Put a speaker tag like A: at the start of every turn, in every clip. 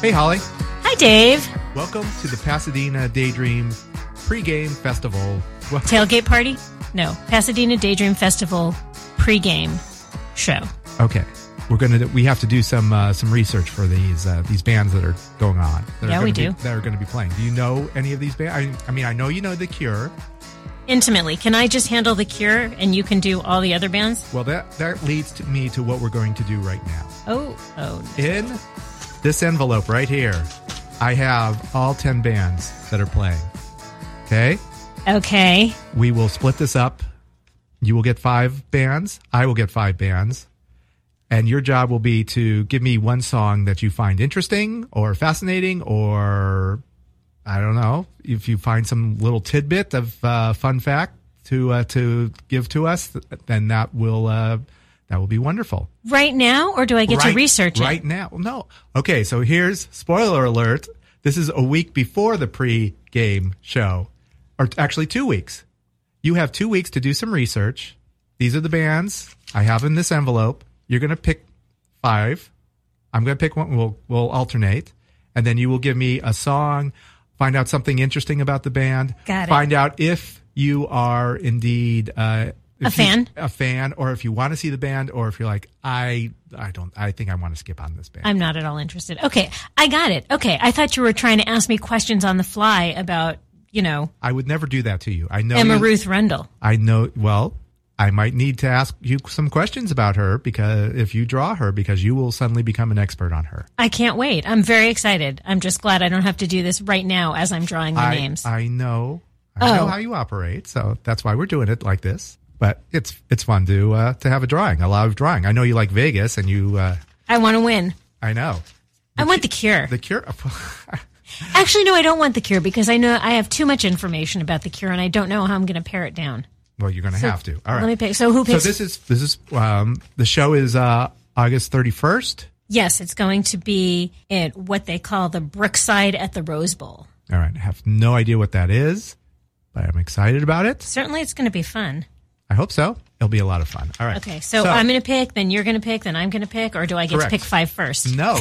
A: Hey, Holly.
B: Hi, Dave.
A: Welcome to the Pasadena Daydream pregame festival. Well,
B: Tailgate party? No, Pasadena Daydream Festival pregame show.
A: okay, we're gonna we have to do some uh, some research for these uh, these bands that are going on. That are
B: Yeah, we
A: gonna be-
B: do.
A: That are going to be playing. Do you know any of these bands? I, I mean, I know you know The Cure.
B: Intimately, can I just handle the cure and you can do all the other bands?
A: Well, that that leads to me to what we're going to do right now.
B: Oh, oh,
A: In this envelope right here, I have all ten bands that are playing. Okay.
B: okay.
A: we will split this up. You will get five bands. I will get five bands. And your job will be to give me one song that you find interesting or fascinating or I don't know if you find some little tidbit of uh, fun fact to uh, to give to us, th- then that will uh, that will be wonderful.
B: Right now, or do I get to research
A: right now. No, okay. So here's spoiler alert. This is a week before the pre-game show, or t- actually two weeks. You have two weeks to do some research. These are the bands I have in this envelope. You're going to pick five. I'm going to pick one. We'll we'll alternate, and then you will give me a song. Find out something interesting about the band.
B: Got it.
A: Find out if you are indeed uh,
B: A
A: if you-
B: fan?
A: a fan, or if you want to see the band, or if you're like, I I don't, I think I want to skip on this band.
B: I'm not at all interested. Okay, I got it. Okay, I thought you were trying to ask me questions on the fly about, you know,
A: I would never do that to you. I know.
B: Emma
A: Oh, you-
B: Ruth Rendell.
A: I know. Well, I might need to ask you some questions about her because if you draw her, because you will suddenly become an expert on her.
B: I can't wait. I'm very excited. I'm just glad I don't have to do this right now as I'm drawing the
A: I
B: names.
A: I know. I know
B: Oh.
A: how you operate, so that's why we're doing it like this. But it's it's fun to uh, to have a drawing, a live drawing. I know you like Vegas, and you. Uh,
B: I want to win.
A: I know
B: I want the cure.
A: the cure.
B: Actually, no, I don't want the cure because I know I have too much information about the cure and I don't know how I'm going to pare it down.
A: well, you're going to have to. All right.
B: Let me pick. So who
A: So
B: picks?
A: this is this is um, the show is uh, August thirty first.
B: yes, it's going to be at what they call the Brookside at the Rose Bowl.
A: All right, I have no idea what that is, but I'm excited about it.
B: Certainly, it's going to be fun.
A: I hope so. It'll be a lot of fun. All right.
B: Okay, so, I'm going to pick, then you're going to pick, then I'm going to pick, or do I get
A: Correct. Mm.
B: to pick five first?
A: no.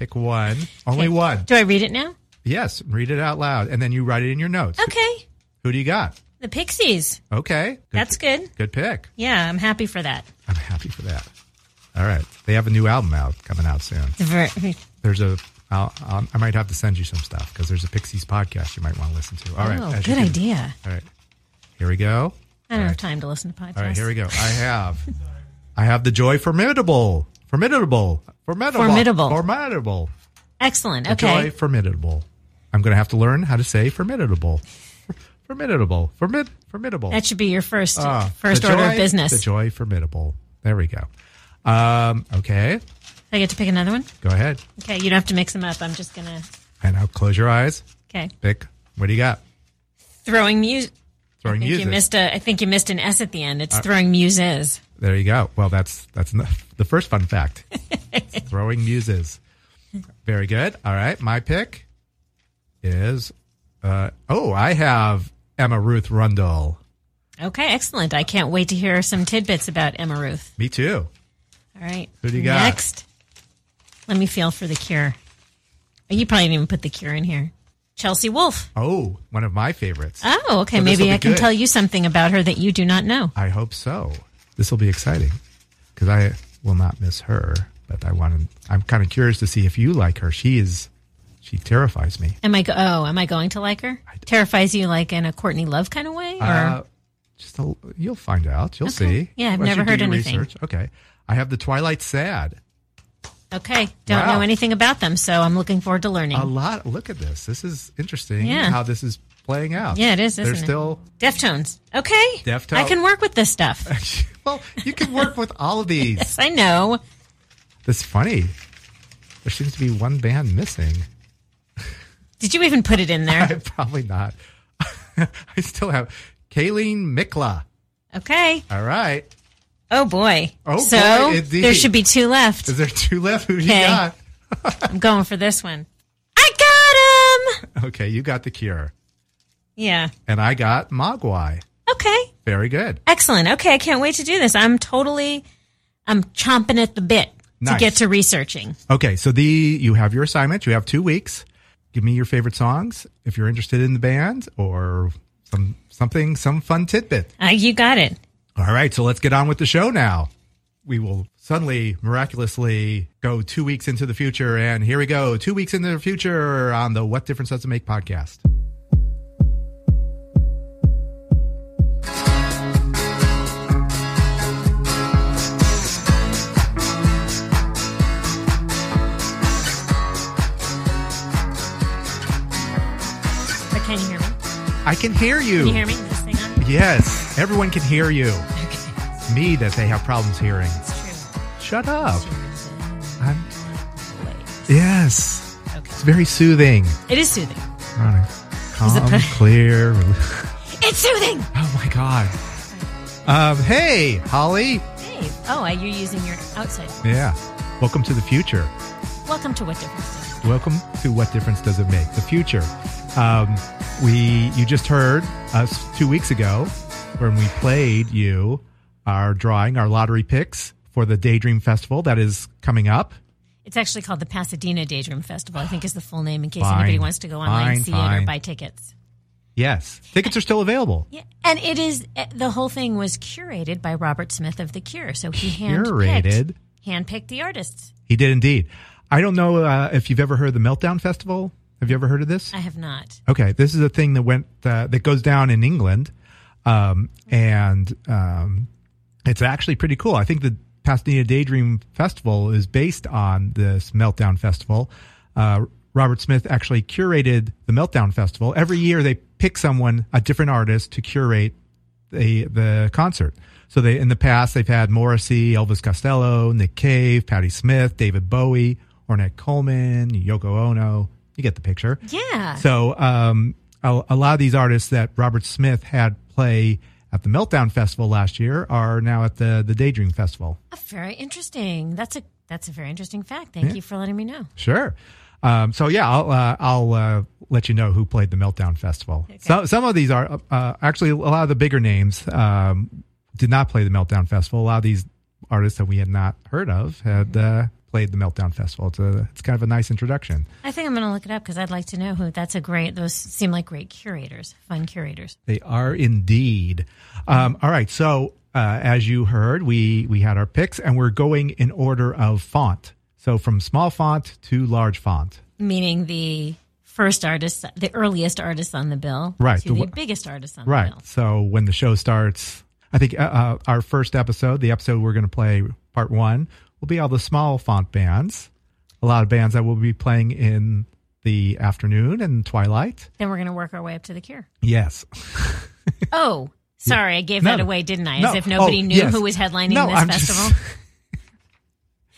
A: Pick one, only one.
B: Do I read it now?
A: Yes, read it out loud, and then you write it in your notes.
B: Okay,
A: Who do you got?
B: the Pixies.
A: Okay, good
B: That's
A: pi-
B: good.
A: Good pick.
B: Yeah, I'm happy for that.
A: I'm happy for that. All right, they have a new album out coming out soon.
B: The ver-
A: There's a. I'll, I'll, I might have to send you some stuff because there's a Pixies podcast you might want to listen to. All right,
B: oh,
A: as you
B: good
A: can-
B: idea.
A: All right, here we go.
B: I don't have time to listen to podcasts.
A: All right, here we go. I have, I have the joy formidable, formidable, formidable,
B: Formidable.
A: formidable,
B: Excellent.
A: The
B: Okay.
A: joy formidable. I'm going to have to learn how to say formidable, formidable, formid, formidable.
B: That should be your first
A: Ah,
B: first
A: the
B: order
A: joy-
B: of business.
A: The joy formidable. There we go. Um, okay,
B: I get to pick another one?
A: go ahead,
B: Okay, you don't have to mix them up. I'm just going to.
A: and now close your eyes.
B: Okay.
A: Pick. What do you got?
B: Throwing muse. I
A: Throwing
B: think
A: music.
B: you missed a. I think you missed an S at the end. It's
A: Uh,
B: throwing muses.
A: There you go. Well, that's that's n- the first fun fact. Throwing muses. Very good. All right, my pick is uh, oh, I have Emma Ruth Rundle.
B: Okay, excellent. I can't wait to hear some tidbits about Emma Ruth.
A: Me too.
B: All right.
A: Who do you got?
B: Next. Let me feel for the cure. Oh, You probably didn't even put the cure in here. Chelsea Wolf.
A: Oh, one of my favorites.
B: Oh, okay.
A: So this'll
B: Maybe
A: be
B: I can
A: good.
B: tell you something about her that you do not know.
A: I hope so. This will be exciting because I will not miss her. But I want to. I'm kind of curious to see if you like her. She is. She terrifies me.
B: Am I go- oh, am I going to like her? Terrifies you like in a Courtney Love kind of way? Or
A: Uh, just a, you'll find out. You'll see.
B: Yeah, I've
A: Once
B: never
A: you do
B: heard
A: your
B: anything.
A: Research. Okay, I have the Twilight Sad.
B: okay, don't
A: Wow.
B: know anything about them, so I'm looking forward to learning.
A: A lot. Look at this. This is interesting.
B: Oh. Yeah.
A: How this is playing out.
B: yeah, it is, isn't
A: They're
B: it?
A: still.
B: Deftones. Okay.
A: Deftones.
B: I can work with this stuff.
A: well, you can work with all of these.
B: I know.
A: That's funny. There seems to be one band missing.
B: Did you even put it in there?
A: Probably not. I still have Kayleen Mikla.
B: Okay.
A: All right.
B: Oh boy.
A: Oh,
B: so
A: boy, indeed.
B: there should be two left.
A: Is there two left? Who do you
B: Okay.
A: got?
B: I'm going for this one. I got him.
A: Okay, you got the cure.
B: Yeah.
A: And I got Mogwai.
B: Okay.
A: Very good.
B: Excellent. Okay, I can't wait to do this. I'm totally I'm chomping at the bit. to
A: Nice.
B: get to researching.
A: Okay, so the you have your assignment. You have two weeks. Give me your favorite songs if you're interested in the band or some something, some fun tidbit.
B: Uh, you got it.
A: All right, so let's get on with the show now. We will suddenly miraculously go two weeks into the future, and here we go, two weeks into the future on the What Difference Does It Make podcast.
B: But can you hear me?
A: I can hear you.
B: Can you hear me? Is this thing on?
A: Yes, everyone can hear you.
B: Okay.
A: It's me that they have problems hearing.
B: It's true.
A: Shut up.
B: It's
A: I'm,
B: true. Wait.
A: yes, it's
B: Okay.
A: very soothing.
B: It is soothing.
A: All right. Calm,
B: pre-
A: clear.
B: It's soothing.
A: Oh my god. Um, hey, Holly.
B: Hey. Oh, I- you're using your outside.
A: Yeah. Welcome to the future.
B: Welcome to what difference?
A: Welcome to What Difference Does It Make? The future. Um, we you just heard us two weeks ago when we played you our drawing, our lottery picks for the Daydream Festival that is coming up.
B: It's actually called the Pasadena Daydream Festival. I think is the full name in case
A: Fine.
B: anybody wants to go online,
A: Fine,
B: see it,
A: fine.
B: or buy tickets.
A: Yes, tickets are still available.
B: Yeah, and it is eh, the whole thing was curated by Robert Smith of The Cure, so he
A: Curated?
B: handpicked, handpicked the artists.
A: He did indeed. I don't know uh, if you've ever heard of the Meltdown Festival. Have you ever heard of this?
B: I have not.
A: Okay, this is a thing that went uh, that goes down in England, um, and um, it's actually pretty cool. I think the Pasadena Daydream Festival is based on this Meltdown Festival. Uh, Robert Smith actually curated the Meltdown Festival. Every year, they pick someone, a different artist, to curate the the concert. So they in the past they've had Morrissey, Elvis Costello, Nick Cave, Patti Smith, David Bowie, Ornette Coleman, Yoko Ono. You get the picture.
B: Yeah.
A: So um, a, a lot of these artists that Robert Smith had play at the Meltdown Festival last year are now at the the Daydream Festival.
B: Oh, very interesting. That's a that's a very interesting fact. Thank you for letting me know.
A: Sure. Um, so yeah, I'll uh, I'll uh, let you know who played the Meltdown Festival. So, some of these are uh, actually a lot of the bigger names um, did not play the Meltdown Festival. A lot of these artists that we had not heard of had uh, played the Meltdown Festival. It's a, it's kind of a nice introduction.
B: I think I'm going to look it up because I'd like to know who. That's a great. Those seem like great curators, fun curators.
A: They are indeed. Um, all right. So uh, as you heard, we we had our picks, and we're going in order of font. So from small font to large font.
B: Meaning the first artist, the earliest artist on the bill,
A: Right,
B: To
A: the
B: the,
A: wa-
B: biggest artist on the
A: Right.
B: bill.
A: So when the show starts, I think uh, uh, our first episode, the episode we're going to play, part one, will be all the small font bands. A lot of bands that will be playing in the afternoon and twilight.
B: Then we're going to work our way up to the cure.
A: Yes.
B: Oh, sorry, I gave
A: No,
B: that
A: no.
B: away, didn't I? As
A: No.
B: if nobody
A: Oh,
B: knew
A: yes.
B: who was headlining
A: No,
B: this
A: I'm just-
B: festival.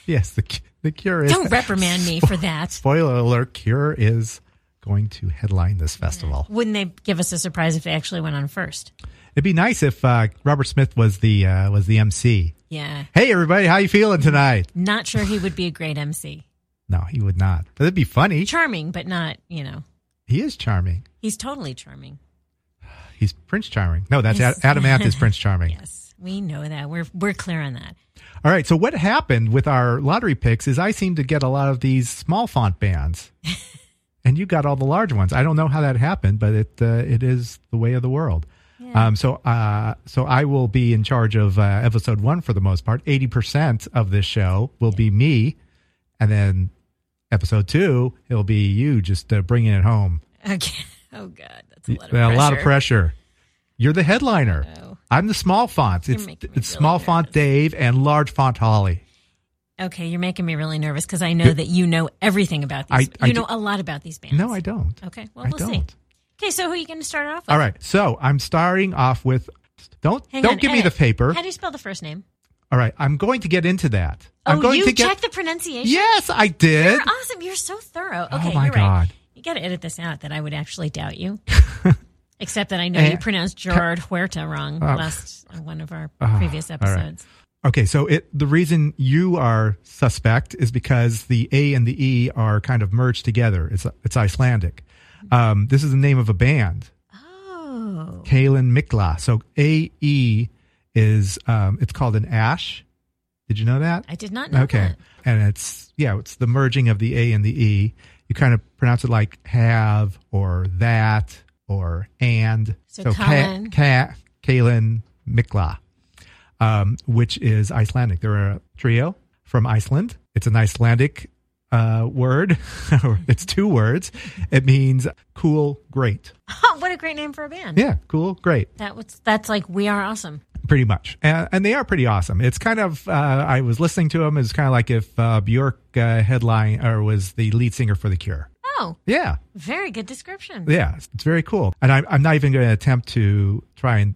A: yes. The cu- the cure is
B: Don't reprimand me for that.
A: spoiler alert. Cure is going to headline this festival.
B: Wouldn't they give us a surprise if they actually went on first?
A: It'd be nice if uh, Robert Smith was the uh, was the MC.
B: Yeah,
A: Hey everybody, how you feeling tonight?
B: not sure he would be a great MC.
A: No, he would not. But it'd be funny.
B: Charming, but not you know.
A: He is charming.
B: He's totally charming.
A: He's Prince Charming. No, that's Ad- Adam Ant is Prince Charming.
B: Yes, we know that. We're we're clear on that.
A: All right. So what happened with our lottery picks is I seem to get a lot of these small font bands, and you got all the large ones. I don't know how that happened, but it uh, it is the way of the world. Um, so uh, so I will be in charge of uh, episode one for the most part. Eighty percent of this show will be me, and then episode two it'll be you just uh, bringing it home.
B: Okay. Oh God, that's a lot
A: Yeah,
B: of pressure.
A: a lot of pressure. You're the headliner.
B: Oh.
A: I'm the small fonts. It's it's
B: making me really
A: small font Dave and large font Holly.
B: Okay, you're making me really nervous because I know that you know everything about these.
A: I- I
B: you
A: do-
B: know a lot about these bands.
A: No, I don't.
B: Okay, well
A: I
B: we'll see.
A: don't.
B: Okay, so who are you going to start off with?
A: All right. So I'm starting off with don't
B: Hang
A: don't
B: on,
A: give me
B: edit.
A: the paper.
B: How do you spell the first name?
A: All right. I'm going to get into that. I'm
B: oh,
A: going
B: you
A: to get
B: checked the pronunciation.
A: Yes, I did.
B: You're awesome. You're so thorough.
A: Oh,
B: Okay,
A: my
B: you're
A: God.
B: right. You got to edit this out that I would actually doubt you. Except that I know
A: Eh. Oh.
B: you pronounced Gerard Huerta wrong last on one of our
A: Ah,
B: previous episodes.
A: Okay, so it the reason you are suspect is because the A and the E are kind of merged together. It's it's Icelandic. Um, this is the name of a band.
B: Oh.
A: Kalin Mikla. So A E is um, it's called an ash, Did you know that?
B: I did not know
A: okay.
B: that.
A: And it's yeah, it's the merging of the A and the E. You kind of pronounce it like have or that or and.
B: So
A: Ka-
B: Colin.
A: Ka- Kalin Mikla, um, which is Icelandic. They're a trio from Iceland. It's an Icelandic uh, word. it's two words. It means cool, great.
B: what a great name for a band.
A: Yeah, cool, great.
B: That was that's like we are awesome.
A: pretty much and, and they are pretty awesome it's kind of uh, i was listening to them it's kind of like if uh, bjork uh, headline or was the lead singer for the cure
B: Oh,
A: yeah
B: very good description.
A: yeah it's, it's very cool and I'm, I'm not even going to attempt to try and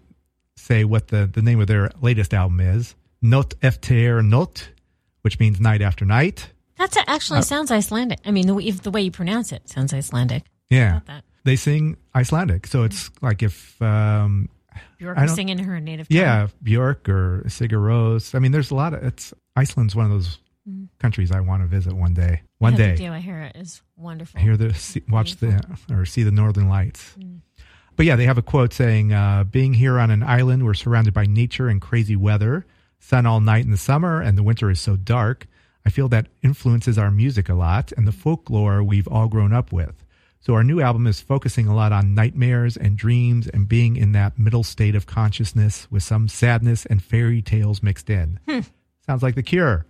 A: say what the, the name of their latest album is not efter not which means night after night
B: That
A: Uh,
B: actually sounds Icelandic. I mean, the, way- if, the way you pronounce it sounds Icelandic.
A: yeah
B: that.
A: they sing icelandic so it's like if um,
B: Bjork
A: I
B: was
A: don't-
B: singing her native. tongue.
A: Yeah, Bjork or Sigur Rós. I mean, there's a lot of it's Iceland's one of those countries I want to visit one day. One
B: How big
A: day,
B: deal I hear it is wonderful.
A: hear the see, watch the or see the northern lights.
B: Mm.
A: But yeah, they have a quote saying, uh, "Being here on an island, we're surrounded by nature and crazy weather, sun all night in the summer, and the winter is so dark. I feel that influences our music a lot and the folklore we've all grown up with." So our new album is focusing a lot on nightmares and dreams and being in that middle state of consciousness with some sadness and fairy tales mixed in.
B: Hmm.
A: Sounds like The Cure.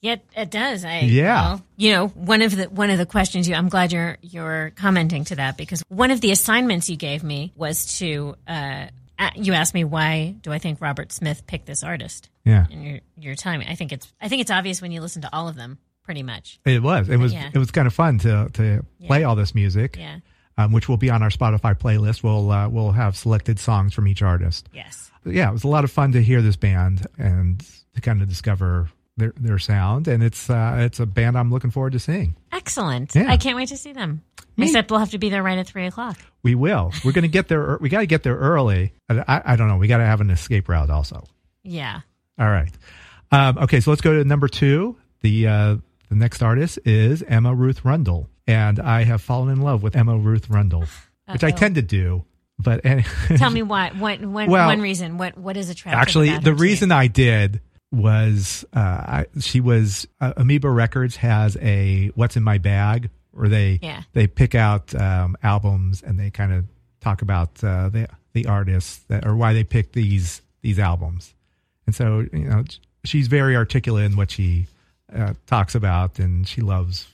B: Yet it does. I
A: Yeah.
B: well, you know, one of the one of the questions you I'm glad you're you're commenting to that because one of the assignments you gave me was to uh a- you asked me why do I think Robert Smith picked this artist
A: Yeah.
B: and your your timing. I think it's I think it's obvious when you listen to all of them pretty much.
A: It was. It was.
B: Yeah.
A: It was kind of fun to to play all this music,
B: Yeah.
A: um, which will be on our Spotify playlist. We'll uh, we'll have selected songs from each artist.
B: Yes.
A: Yeah, it was a lot of fun to hear this band and to kind of discover their their sound. And it's uh, it's a band I'm looking forward to seeing.
B: Excellent.
A: Yeah.
B: I can't wait to see them. Except we'll have to be there right at three o'clock.
A: We will. We're gonna get there. ear- We got to get there early. And I, I don't know. We got to have an escape route also.
B: Yeah.
A: All right. Um, okay, so let's go to number two. The uh, the next artist is Emma Ruth Rundle, and I have fallen in love with Emma Ruth Rundle, which I
B: Uh-oh.
A: tend to do. But and,
B: Tell me why. What, what
A: Well-
B: one reason? What what is attractive?
A: actually,
B: about
A: the
B: her to you?
A: reason I did was uh, I, she was uh, Amoeba Records has a "What's in My Bag" where they
B: Yeah.
A: they pick out um, albums and they kind of talk about uh, the the artists that or why they picked these these albums. And so, you know, she's very articulate in what she uh, talks about, and she loves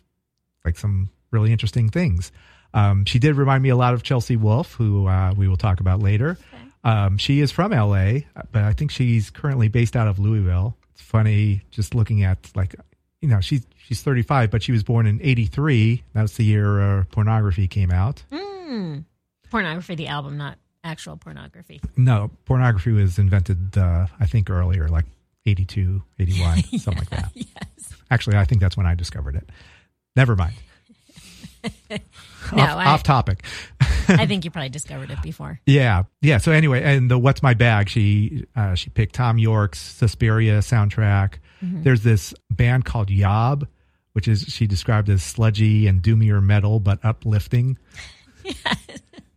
A: like some really interesting things. Um, she did remind me a lot of Chelsea Wolf, who uh, we will talk about later. Um, she is from LA, but I think she's currently based out of Louisville. It's funny just looking at like, you know, she's she's 35, but she was born in 83. That's the year uh, pornography came out.
B: Mm. Pornography, the album, not actual pornography.
A: No, pornography was invented, uh, I think, earlier, like 82, 81, something like that.
B: Yes.
A: Actually, I think that's when I discovered it. Never mind.
B: No,
A: off,
B: I-
A: off topic.
B: I think you probably discovered it before.
A: Yeah, yeah. So anyway, and the "What's My Bag" she uh, she picked Tom York's Suspiria soundtrack. There's this band called Yob, which is she described as sludgy and doomier metal, but uplifting.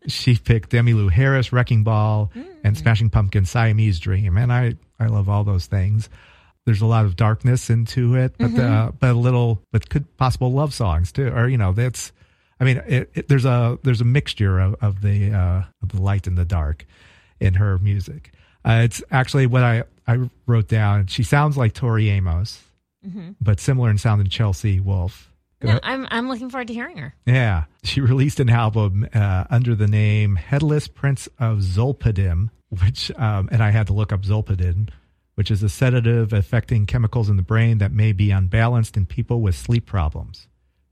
A: She picked Emmylou Harris, Wrecking Ball, and Smashing Pumpkin Siamese Dream, and I I love all those things. There's a lot of darkness into it, but uh, but a little but could possible love songs too, or you know that's. I mean, it, it, there's a there's a mixture of, of the uh, of the light and the dark in her music. Uh, it's actually what I, I wrote down. She sounds like Tori Amos, but similar in sound to Chelsea Wolf.
B: No, I'm I'm looking forward to hearing her.
A: Yeah. She released an album uh, under the name Headless Prince of Zolpidem, which, um, and I had to look up Zolpidem, which is a sedative affecting chemicals in the brain that may be unbalanced in people with sleep problems.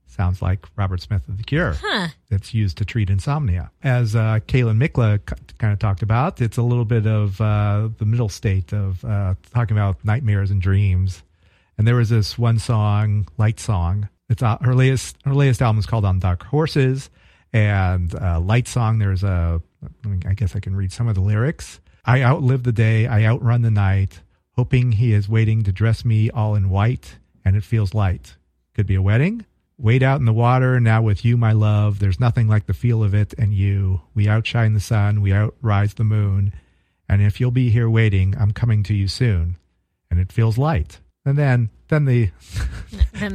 A: Sounds like Robert Smith of The Cure.
B: Huh.
A: That's used to treat insomnia. As uh, Kaylin Mikla kind of talked about, it's a little bit of uh, the middle state of uh, talking about nightmares and dreams. And there was this one song, Light Song. It's uh, her latest. Her latest album is called On Dark Horses, and uh, Light Song. There's a. I mean, I guess I can read some of the lyrics. I outlive the day. I outrun the night, hoping he is waiting to dress me all in white, and it feels light. Could be a wedding. Wade out in the water, now with you, my love. There's nothing like the feel of it and you. We outshine the sun, we outrise the moon. And if you'll be here waiting, I'm coming to you soon. And it feels light. and then then the
B: Then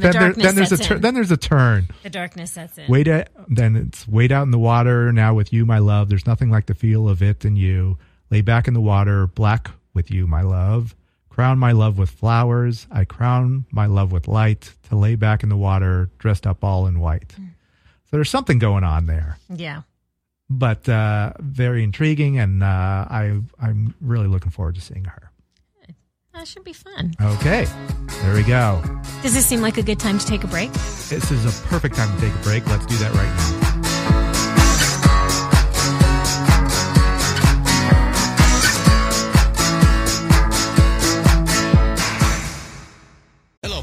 A: then,
B: the
A: there,
B: darkness
A: then there's a
B: sets
A: tur-
B: in.
A: then there's a turn.
B: the darkness sets in.
A: Wait, at, then it's wait out in the water now with you, my love. There's nothing like the feel of it in you. Lay back in the water, black with you, my love. Crown my love with flowers. I crown my love with light to lay back in the water, dressed up all in white. So there's something going on there,
B: Yeah.
A: but uh, very intriguing, and uh, I I'm really looking forward to seeing her.
B: That should be fun.
A: Okay, there we go.
B: Does this seem like a good time to take a break?
A: This is a perfect time to take a break. Let's do that right now.
C: Hello,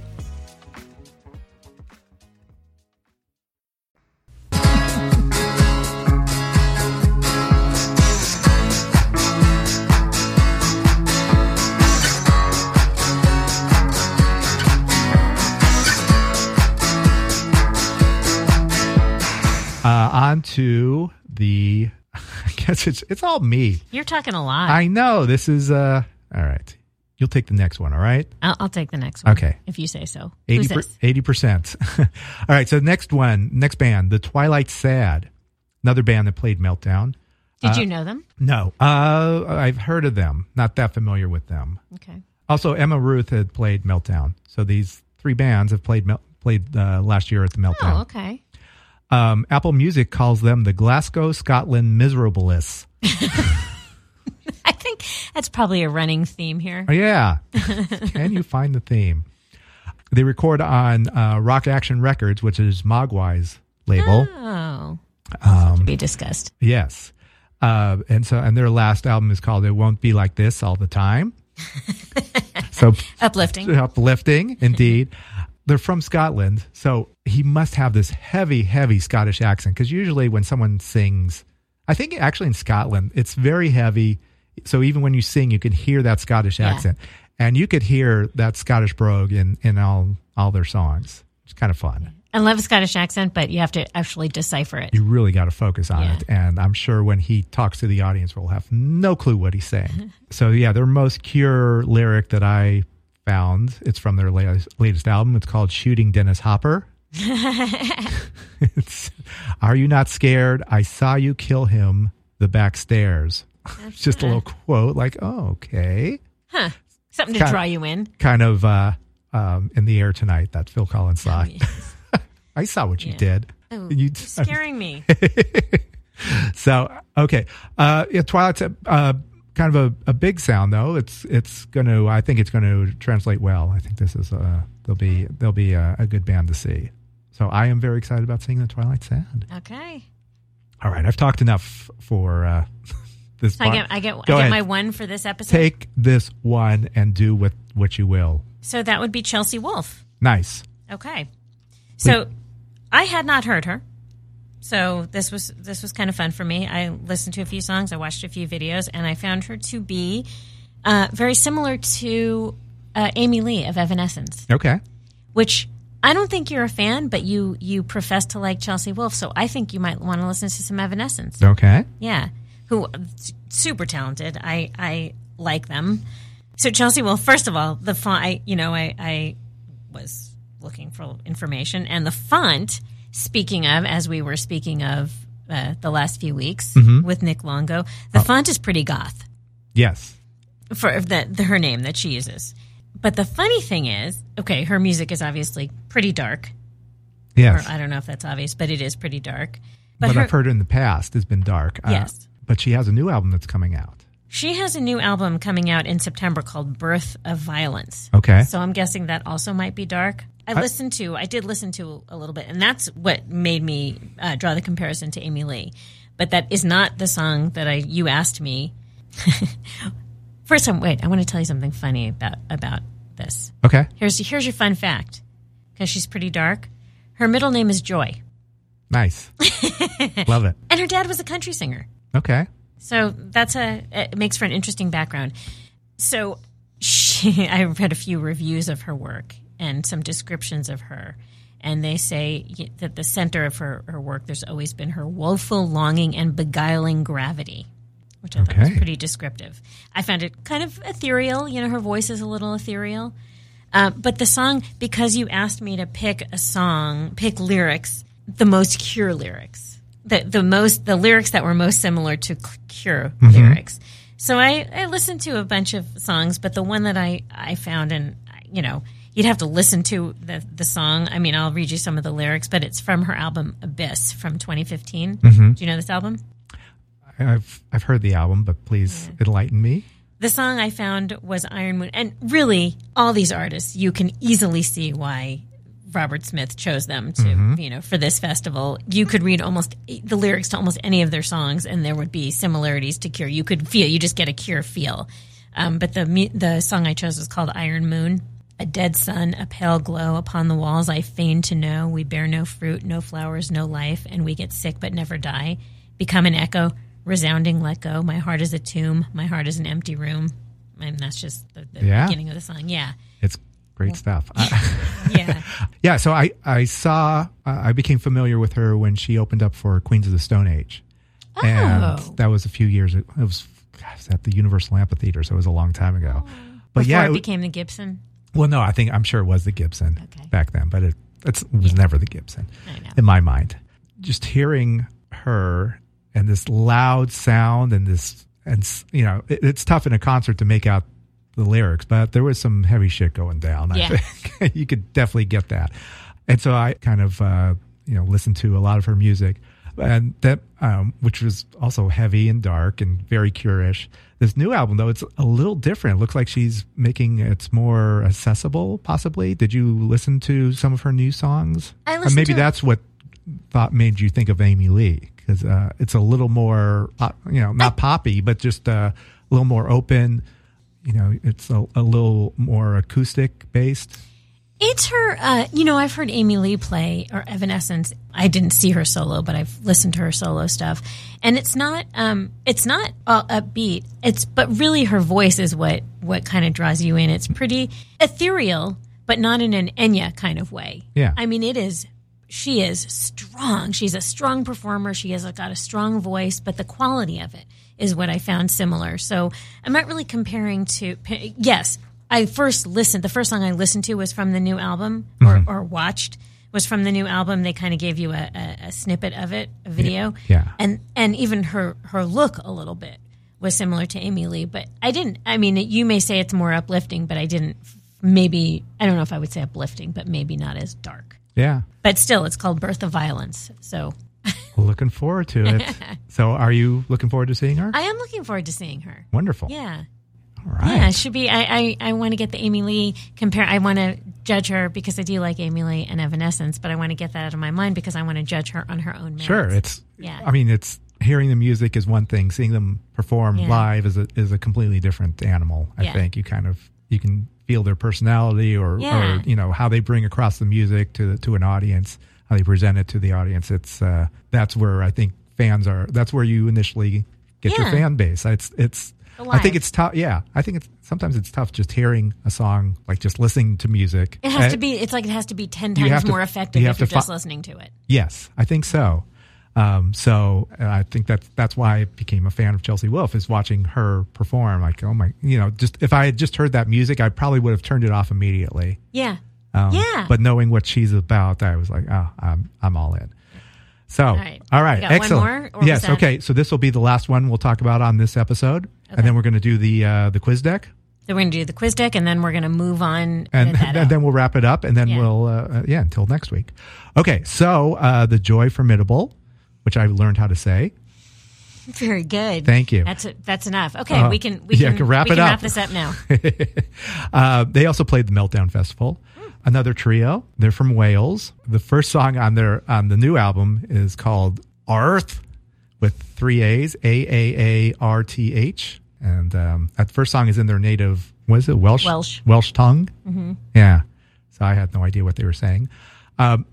A: uh, on to the. I guess it's it's all me.
B: You're talking a lot.
A: I know this is. Uh, all right, you'll take the next one. All right,
B: I'll, I'll take the next one.
A: Okay.
B: If you say so. Who's
A: eighty
B: this?
A: eighty percent. all right, so next one, next band, the Twilight Sad, another band that played Meltdown.
B: Did you know them?
A: No, uh, I've heard of them. Not that familiar with them.
B: Okay.
A: Also, Emma Ruth had played Meltdown. So these three bands have played Mel- played uh, last year at the Meltdown.
B: Oh, okay.
A: um, Apple Music calls them the Glasgow, Scotland Miserableists.
B: I think that's probably a running theme here.
A: Oh, yeah. Can you find the theme? They record on uh, Rock Action Records, which is Mogwai's label.
B: Oh. Um, to be discussed.
A: Yes. Uh, and so, and their last album is called It Won't Be Like This All the Time. so uh,
B: Uplifting.
A: uplifting, indeed. They're from Scotland. So he must have this heavy, heavy Scottish accent because usually when someone sings, I think actually in Scotland, it's very heavy. So even when you sing, you can hear that Scottish
B: Yeah.
A: accent. And you could hear that Scottish brogue in, in all, all their songs. It's kind of fun.
B: I love a Scottish accent, but you have to actually decipher it.
A: You really got to focus on
B: Yeah.
A: it. And I'm sure when he talks to the audience, we'll have no clue what he's saying. so, yeah, their most cure lyric that I found, it's from their latest, latest album. It's called Shooting Dennis Hopper. it's, Are you not scared? I saw you kill him the back stairs. It's Just a little quote like, oh, okay.
B: Something to
A: Kind-
B: draw you in.
A: Kind of uh, um, in the air tonight, that Phil Collins song. I saw what you
B: Yeah.
A: did.
B: Oh,
A: You-
B: you're scaring me.
A: So okay, uh, yeah, Twilight's a, uh, kind of a, a big sound though. It's it's going to I think it's going to translate well. I think this is uh they'll be they'll be a, a good band to see. So I am very excited about seeing the Twilight Sound.
B: Okay.
A: All right, I've talked enough for uh, this.
B: So I
A: part.
B: get I get, I
A: Go
B: get
A: ahead.
B: my one for this episode.
A: Take this one and do with what you will.
B: So that would be Chelsea Wolf.
A: Nice.
B: Okay. So I had not heard her. So this was this was kind of fun for me. I listened to a few songs, I watched a few videos, and I found her to be uh, very similar to uh, Amy Lee of Evanescence,
A: Okay.
B: which I don't think you're a fan, but you you profess to like Chelsea Wolfe, so I think you might want to listen to some Evanescence.
A: Okay.
B: Yeah, who s- super talented. I I like them. So Chelsea, well, first of all, the font. I, you know, I I was looking for information, and the font. Speaking of, as we were speaking of uh, the last few weeks with Nick Longo, the font is pretty goth
A: Yes.
B: for the, the her name that she uses. But the funny thing is, okay, her music is obviously pretty dark. Or
A: Yes.
B: I don't know if that's obvious, but it is pretty dark.
A: but
B: her-
A: I've heard in the past has been dark. Uh,
B: Yes.
A: But she has a new album that's coming out.
B: She has a new album coming out in September called Birth of Violence.
A: Okay.
B: So I'm guessing that also might be dark. I listened to, I did listen to a little bit, and that's what made me uh, draw the comparison to Amy Lee. But that is not the song that I you asked me. First time, wait, I want to tell you something funny about about this.
A: Okay.
B: Here's here's your fun fact, because she's pretty dark. Her middle name is Joy,
A: Nice. Love it.
B: and her dad was a country singer.
A: Okay.
B: So that's a it makes for an interesting background. So she, I read a few reviews of her work and some descriptions of her, and they say that the center of her, her work there's always been her woeful longing and beguiling gravity, which I thought was
A: Okay.
B: pretty descriptive. I found it kind of ethereal. You know, her voice is a little ethereal. Uh, but the song, because you asked me to pick a song, pick lyrics, the most Cure lyrics, the the most the lyrics that were most similar to C- Cure lyrics. So I, I listened to a bunch of songs, but the one that I I found and you know you'd have to listen to the the song. I mean, I'll read you some of the lyrics, but it's from her album Abyss from 2015. Do you know this album?
A: I- I've I've heard the album, but please enlighten me.
B: The song I found was Iron Moon. And really, all these artists, you can easily see why Robert Smith chose them to, you know, for this festival. You could read almost e, the lyrics to almost any of their songs and there would be similarities to Cure. You could feel, you just get a Cure feel. Um, but the, mu- the song I chose was called Iron Moon. A dead sun, a pale glow upon the walls I feign to know. We bear no fruit, no flowers, no life, and we get sick but never die. Become an echo, resounding let go. My heart is a tomb, my heart is an empty room. And that's just the, the
A: Yeah.
B: beginning of the song. Yeah.
A: It's great stuff. I,
B: Yeah.
A: yeah. So I I saw uh, I became familiar with her when she opened up for Queens of the Stone Age,
B: Oh.
A: and that was a few years. It was, God, it was at the Universal Amphitheater, so it was a long time ago. But Oh,
B: Oh. Before
A: yeah,
B: it
A: it-
B: became the Gibson.
A: Well, no, I think I'm sure it was the Gibson
B: Okay.
A: back then, but it, it's, it was never the Gibson
B: I know.
A: in my mind. Just hearing her and this loud sound and this, and s- you know, it, it's tough in a concert to make out the lyrics, but there was some heavy shit going down.
B: Yeah.
A: I think you could definitely get that. And so I kind of, uh, you know, listened to a lot of her music, and that, um, which was also heavy and dark and very curish. This new album, though, it's a little different. It looks like she's making it's more accessible. Possibly, did you listen to some of her new songs?
B: I
A: Or
B: listened
A: maybe
B: to-
A: that's what thought made you think of Amy Lee because uh, it's a little more, pop, you know, not poppy, but just uh, a little more open. You know, it's a, a little more acoustic based.
B: It's her, uh, you know, I've heard Amy Lee play or Evanescence. I didn't see her solo, but I've listened to her solo stuff. And it's not, um, it's not uh, upbeat. It's, but really her voice is what, what kind of draws you in. It's pretty ethereal, but not in an Enya kind of way.
A: Yeah.
B: I mean, it is, she is strong. She's a strong performer. She has got a strong voice, but the quality of it is what I found similar. So I'm not really comparing to, pa- yes, I first listened, the first song I listened to was from the new album
A: Mm-hmm.
B: or, or watched was from the new album. They kind of gave you a, a, a snippet of it, a video.
A: Yeah.
B: And, and even her, her look a little bit was similar to Amy Lee, but I didn't, I mean, you may say it's more uplifting, but I didn't, maybe, I don't know if I would say uplifting, but maybe not as dark
A: Yeah,
B: but still it's called birth of violence so
A: looking forward to it. so, are you looking forward to seeing her?
B: i am looking forward to seeing her
A: Wonderful.
B: yeah
A: All right.
B: yeah it should be i i, I want to get the amy lee compare i want to judge her because i do like amy lee and evanescence but i want to get that out of my mind because i want to judge her on her own merits.
A: Sure. It's
B: Yeah.
A: I mean, it's hearing the music is one thing. Seeing them perform
B: Yeah.
A: live is a is a completely different animal. I
B: Yeah.
A: think you kind of you can feel their personality or
B: Yeah.
A: or you know how they bring across the music to to an audience. how they present it to the audience. It's uh, that's where I think fans are. That's where you initially get your
B: Yeah.
A: fan base. It's it's. I
B: Alive.
A: think it's tough. Yeah, I think it's sometimes it's tough just hearing a song, like just listening to music.
B: It has
A: Uh,
B: to be. It's like it has to be ten
A: you have
B: times
A: to-
B: more effective
A: you
B: if
A: have
B: you're
A: to
B: just
A: fi-
B: listening to it.
A: Yes, I think so. Um, so uh, I think that's that's why I became a fan of Chelsea Wolf is watching her perform. Like, oh my, you know, just if I had just heard that music, I probably would have turned it off immediately.
B: Yeah.
A: Um,
B: yeah.
A: But knowing what she's about, I was like, oh, I'm I'm all in. So, all
B: right.
A: right,
B: You got one
A: excellent.
B: more, or was
A: yes,
B: that-
A: okay. So this will be the last one we'll talk about on this episode, and then we're going to do the uh, the quiz deck,
B: so we're gonna do the quiz deck, and then we're gonna move on.
A: and,
B: with that
A: and then we'll wrap it up, and then
B: Yeah.
A: we'll uh, uh, yeah until next week. Okay, so uh, the joy formidable, which I learned how to say.
B: Very good.
A: Thank you. Uh-huh.
B: That's that's enough. Okay, we can we
A: yeah,
B: can,
A: can wrap
B: we
A: it
B: can
A: up.
B: wrap this up now.
A: uh, they also played the Meltdown Festival. Another trio. They're from Wales. The first song on their on the new album is called Arth with three A's, A A A R T H. And um, that first song is in their native, what is it, Welsh?
B: Welsh.
A: Welsh tongue. Yeah. So I had no idea what they were saying. Um,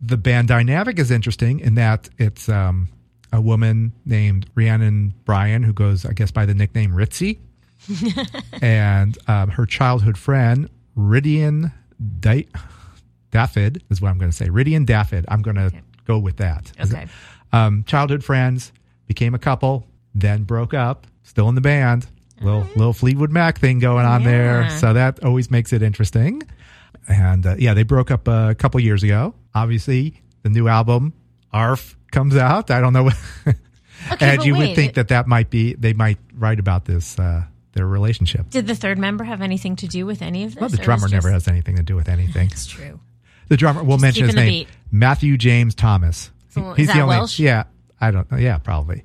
A: the band dynamic is interesting in that it's um, a woman named Rhiannon Bryan who goes, I guess, by the nickname Ritzy, and um, her childhood friend Ridian Di- Daffid is what I'm going to say. Ridian Daffid. I'm going to go with that.
B: Okay.
A: Um, childhood friends became a couple, then broke up. Still in the band. Little little Fleetwood Mac thing going on there.
B: Mm-hmm. Yeah.
A: So that always makes it interesting. And uh, yeah, they broke up a couple years ago. Obviously, the new album ARF comes out. I don't know. and
B: but
A: you
B: wait,
A: would think
B: it-
A: that that might be they might write about this uh, their relationship.
B: Did the third member have anything to do with any of this?
A: Well, the
B: or
A: drummer
B: was
A: never
B: just-
A: has anything to do with anything.
B: It's true.
A: The drummer. We'll mention his
B: keeping the
A: name,
B: beat.
A: Matthew James Thomas.
B: So
A: He's
B: is
A: the
B: that
A: only.
B: Welsh? Mm-hmm.
A: Yeah, I don't. know. Yeah, probably.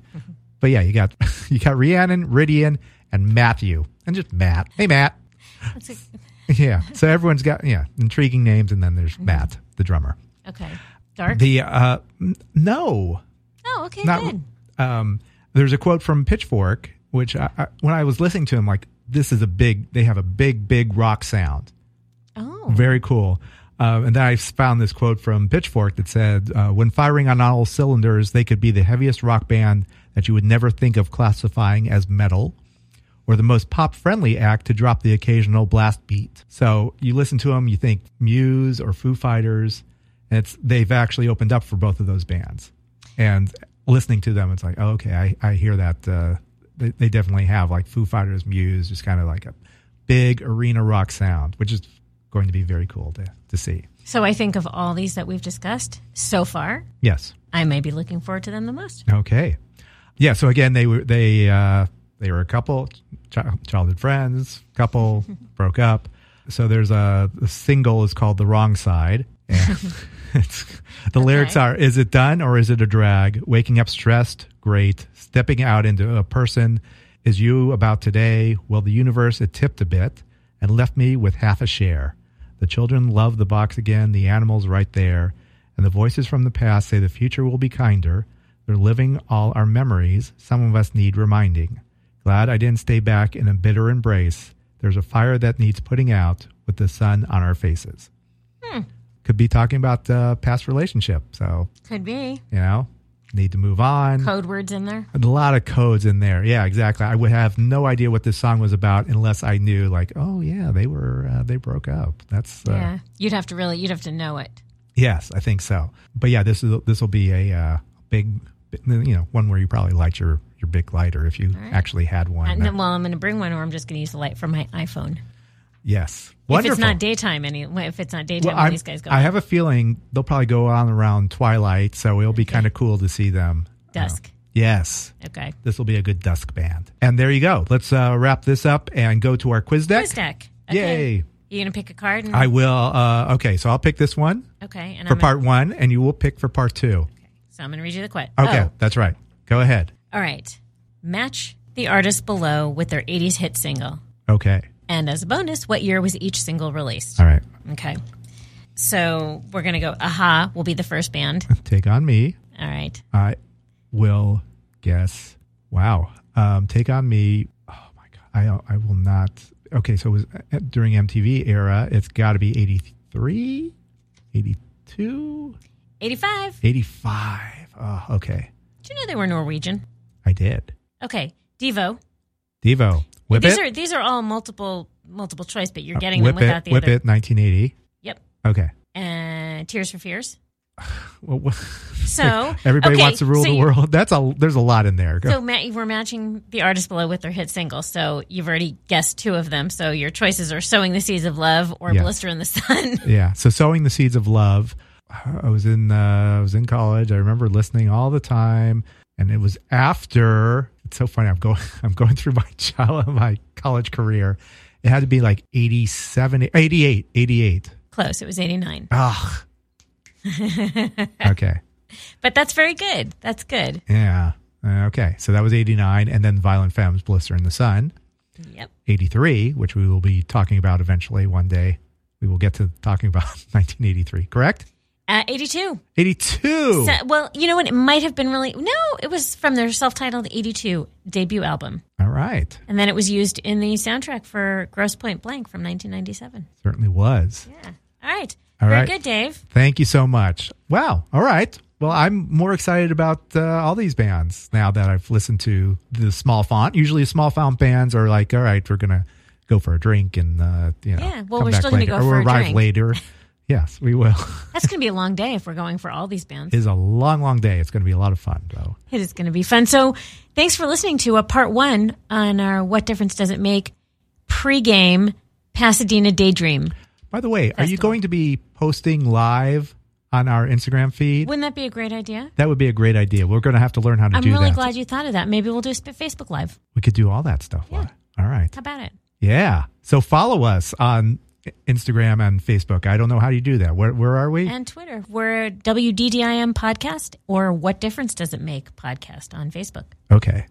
A: But yeah, you got you got Rhiannon, Ridian, and Matthew, and just Matt. Hey, Matt.
B: That's a-
A: Yeah. So everyone's got yeah intriguing names, and then
B: Mm-hmm.
A: there's Matt, the drummer.
B: okay. Dark.
A: The uh, n- no,
B: oh, okay.
A: not
B: good.
A: um, there's a quote from Pitchfork, which I, I, when I was listening to him, like this is a big. They have a big, big rock sound.
B: Oh,
A: Very cool. Um, and then I found this quote from Pitchfork that said, uh, "When firing on all cylinders, they could be the heaviest rock band that you would never think of classifying as metal, or the most pop-friendly act to drop the occasional blast beat." So you listen to them, you think Muse or Foo Fighters, and it's they've actually opened up for both of those bands. And listening to them, it's like, oh, okay, I, I hear that. Uh, they, they definitely have like Foo Fighters, Muse, just kind of like a big arena rock sound, which is going to be very cool to, to see.
B: so I think of all these that we've discussed so far,
A: Yes.
B: I may be looking forward to them the most.
A: Okay. Yeah. So again, they were they uh, they were a couple, chi- childhood friends, couple broke up. So there's a, the single is called "The Wrong Side." And it's, the lyrics are: "Is it done or is it a drag? Waking up stressed, great. Stepping out into a person is you about today. Well, the universe it tipped a bit and left me with half a share. The children love the box again. The animals right there." And the voices from the past say the future will be kinder. They're living all our memories. Some of us need reminding. Glad I didn't stay back in a bitter embrace. There's a fire that needs putting out with the sun on our faces. Could be talking about uh, past relationship. So,
B: Could be
A: you know, need to move on.
B: code words in there.
A: a lot of codes in there. Yeah, exactly. I would have no idea what this song was about unless I knew, like, oh, yeah, they were, uh, they broke up. That's, uh,
B: Yeah, you'd have to really, you'd have to know it.
A: Yes, I think so. But yeah, this is this will be a uh, big, you know, one where you probably light your your big lighter if you actually had one.
B: And then, well, I'm going to bring one, or I'm just going to use the light from my iPhone.
A: yes, wonderful.
B: If it's not daytime, any if it's not daytime,
A: Well,
B: when
A: I'm-
B: these guys go
A: I have a feeling they'll probably go on around twilight, so it'll be kind of cool to see them. Uh,
B: dusk.
A: Yes,
B: Okay,
A: this will be a good dusk band. And there you go. Let's uh, wrap this up and go to our quiz deck.
B: quiz deck.
A: Yay.
B: You going to pick a card? And,
A: I will. Uh, okay, so I'll pick this one
B: okay, and
A: for
B: I'm gonna,
A: part one, and you will pick for part two.
B: so I'm going to read you the quote.
A: Okay,
B: Oh,
A: that's right. Go ahead.
B: all right. Match the artist below with their '80s hit single,
A: Okay.
B: and as a bonus, what year was each single released?
A: All right.
B: Okay. So we're going to go. Aha will be the first band.
A: Take on me.
B: All right.
A: I will guess. Wow. Um, take on me. Oh my god. I I will not. Okay, so it was uh, during MTV era. It's got to be 83, 82.
B: 85.
A: 85. Oh, okay.
B: Did you know they were Norwegian?
A: I did.
B: Okay, Devo.
A: Devo. Whip
B: These
A: it.
B: are these are all multiple multiple choice, but you're getting
A: Whip
B: them without
A: it.
B: the
A: Whip
B: other.
A: it. 1980.
B: Yep.
A: Okay.
B: And Tears for Fears.
A: Well, wha-
B: So
A: everybody
B: okay,
A: wants to rule
B: so
A: the
B: you-
A: world. That's a. There's a lot in there. Go.
B: So Matt, you were matching the artist below with their hit single. So you've already guessed two of them. So your choices are "Sowing the Seeds of Love" or
A: Yes.
B: "Blister in the Sun."
A: yeah. So sowing the seeds of love. I was in uh, I was in college. I remember listening all the time, and it was after. It's so funny. I'm going I'm going through my child my college career. It had to be like 87, 88, 88.
B: Close. It was eighty-nine.
A: Ugh. okay.
B: But that's very good. That's good.
A: Yeah. Uh, Okay. So that was 89. And then Violent Femmes, Blister in the Sun,
B: Yep.
A: 83, which we will be talking about eventually one day. We will get to talking about 1983, correct?
B: Uh, Eighty-two.
A: 82.
B: So- well, you know what? It might have been really no. It was from their self-titled '82 debut album,
A: All right.
B: and then it was used in the soundtrack for Gross Point Blank from 1997.
A: Certainly was.
B: Yeah. All right.
A: All
B: very
A: right.
B: good, Dave.
A: Thank you so much. Wow. All right. Well, I'm more excited about uh, all these bands now that I've listened to the small font. Usually, small font bands are like, all right, we're going to go for a drink and, uh, you know,
B: Yeah, well,
A: come
B: we're
A: back
B: still gonna
A: later,
B: go
A: or
B: for
A: we'll
B: a
A: arrive
B: drink.
A: later. yes, we will.
B: That's going to be a long day if we're going for all these bands.
A: It is a long, long day. It's going to be a lot of fun, though.
B: It is going to be fun. So, thanks for listening to a part one on our "What Difference Does It Make" pregame Pasadena Daydream.
A: By the way, are you
B: Festival.
A: going to be posting live on our Instagram feed?
B: Wouldn't that be a great idea?
A: that would be a great idea. We're going to have to learn how to
B: I'm
A: do
B: really
A: that.
B: glad you thought of that. Maybe we'll do a sp- Facebook Live.
A: we could do all that stuff. live. All right.
B: How about it?
A: Yeah. So follow us on Instagram and Facebook. I don't know how you do that. Where, where are we?
B: And Twitter. We're WDDIM Podcast or What Difference Does It Make Podcast on Facebook.
A: Okay.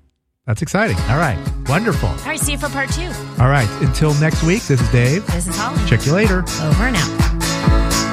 A: That's exciting. All right. Wonderful.
B: All right, see you for part two.
A: All right. Until next week, this is Dave.
B: This is Holly.
A: Check you later.
B: Over and out.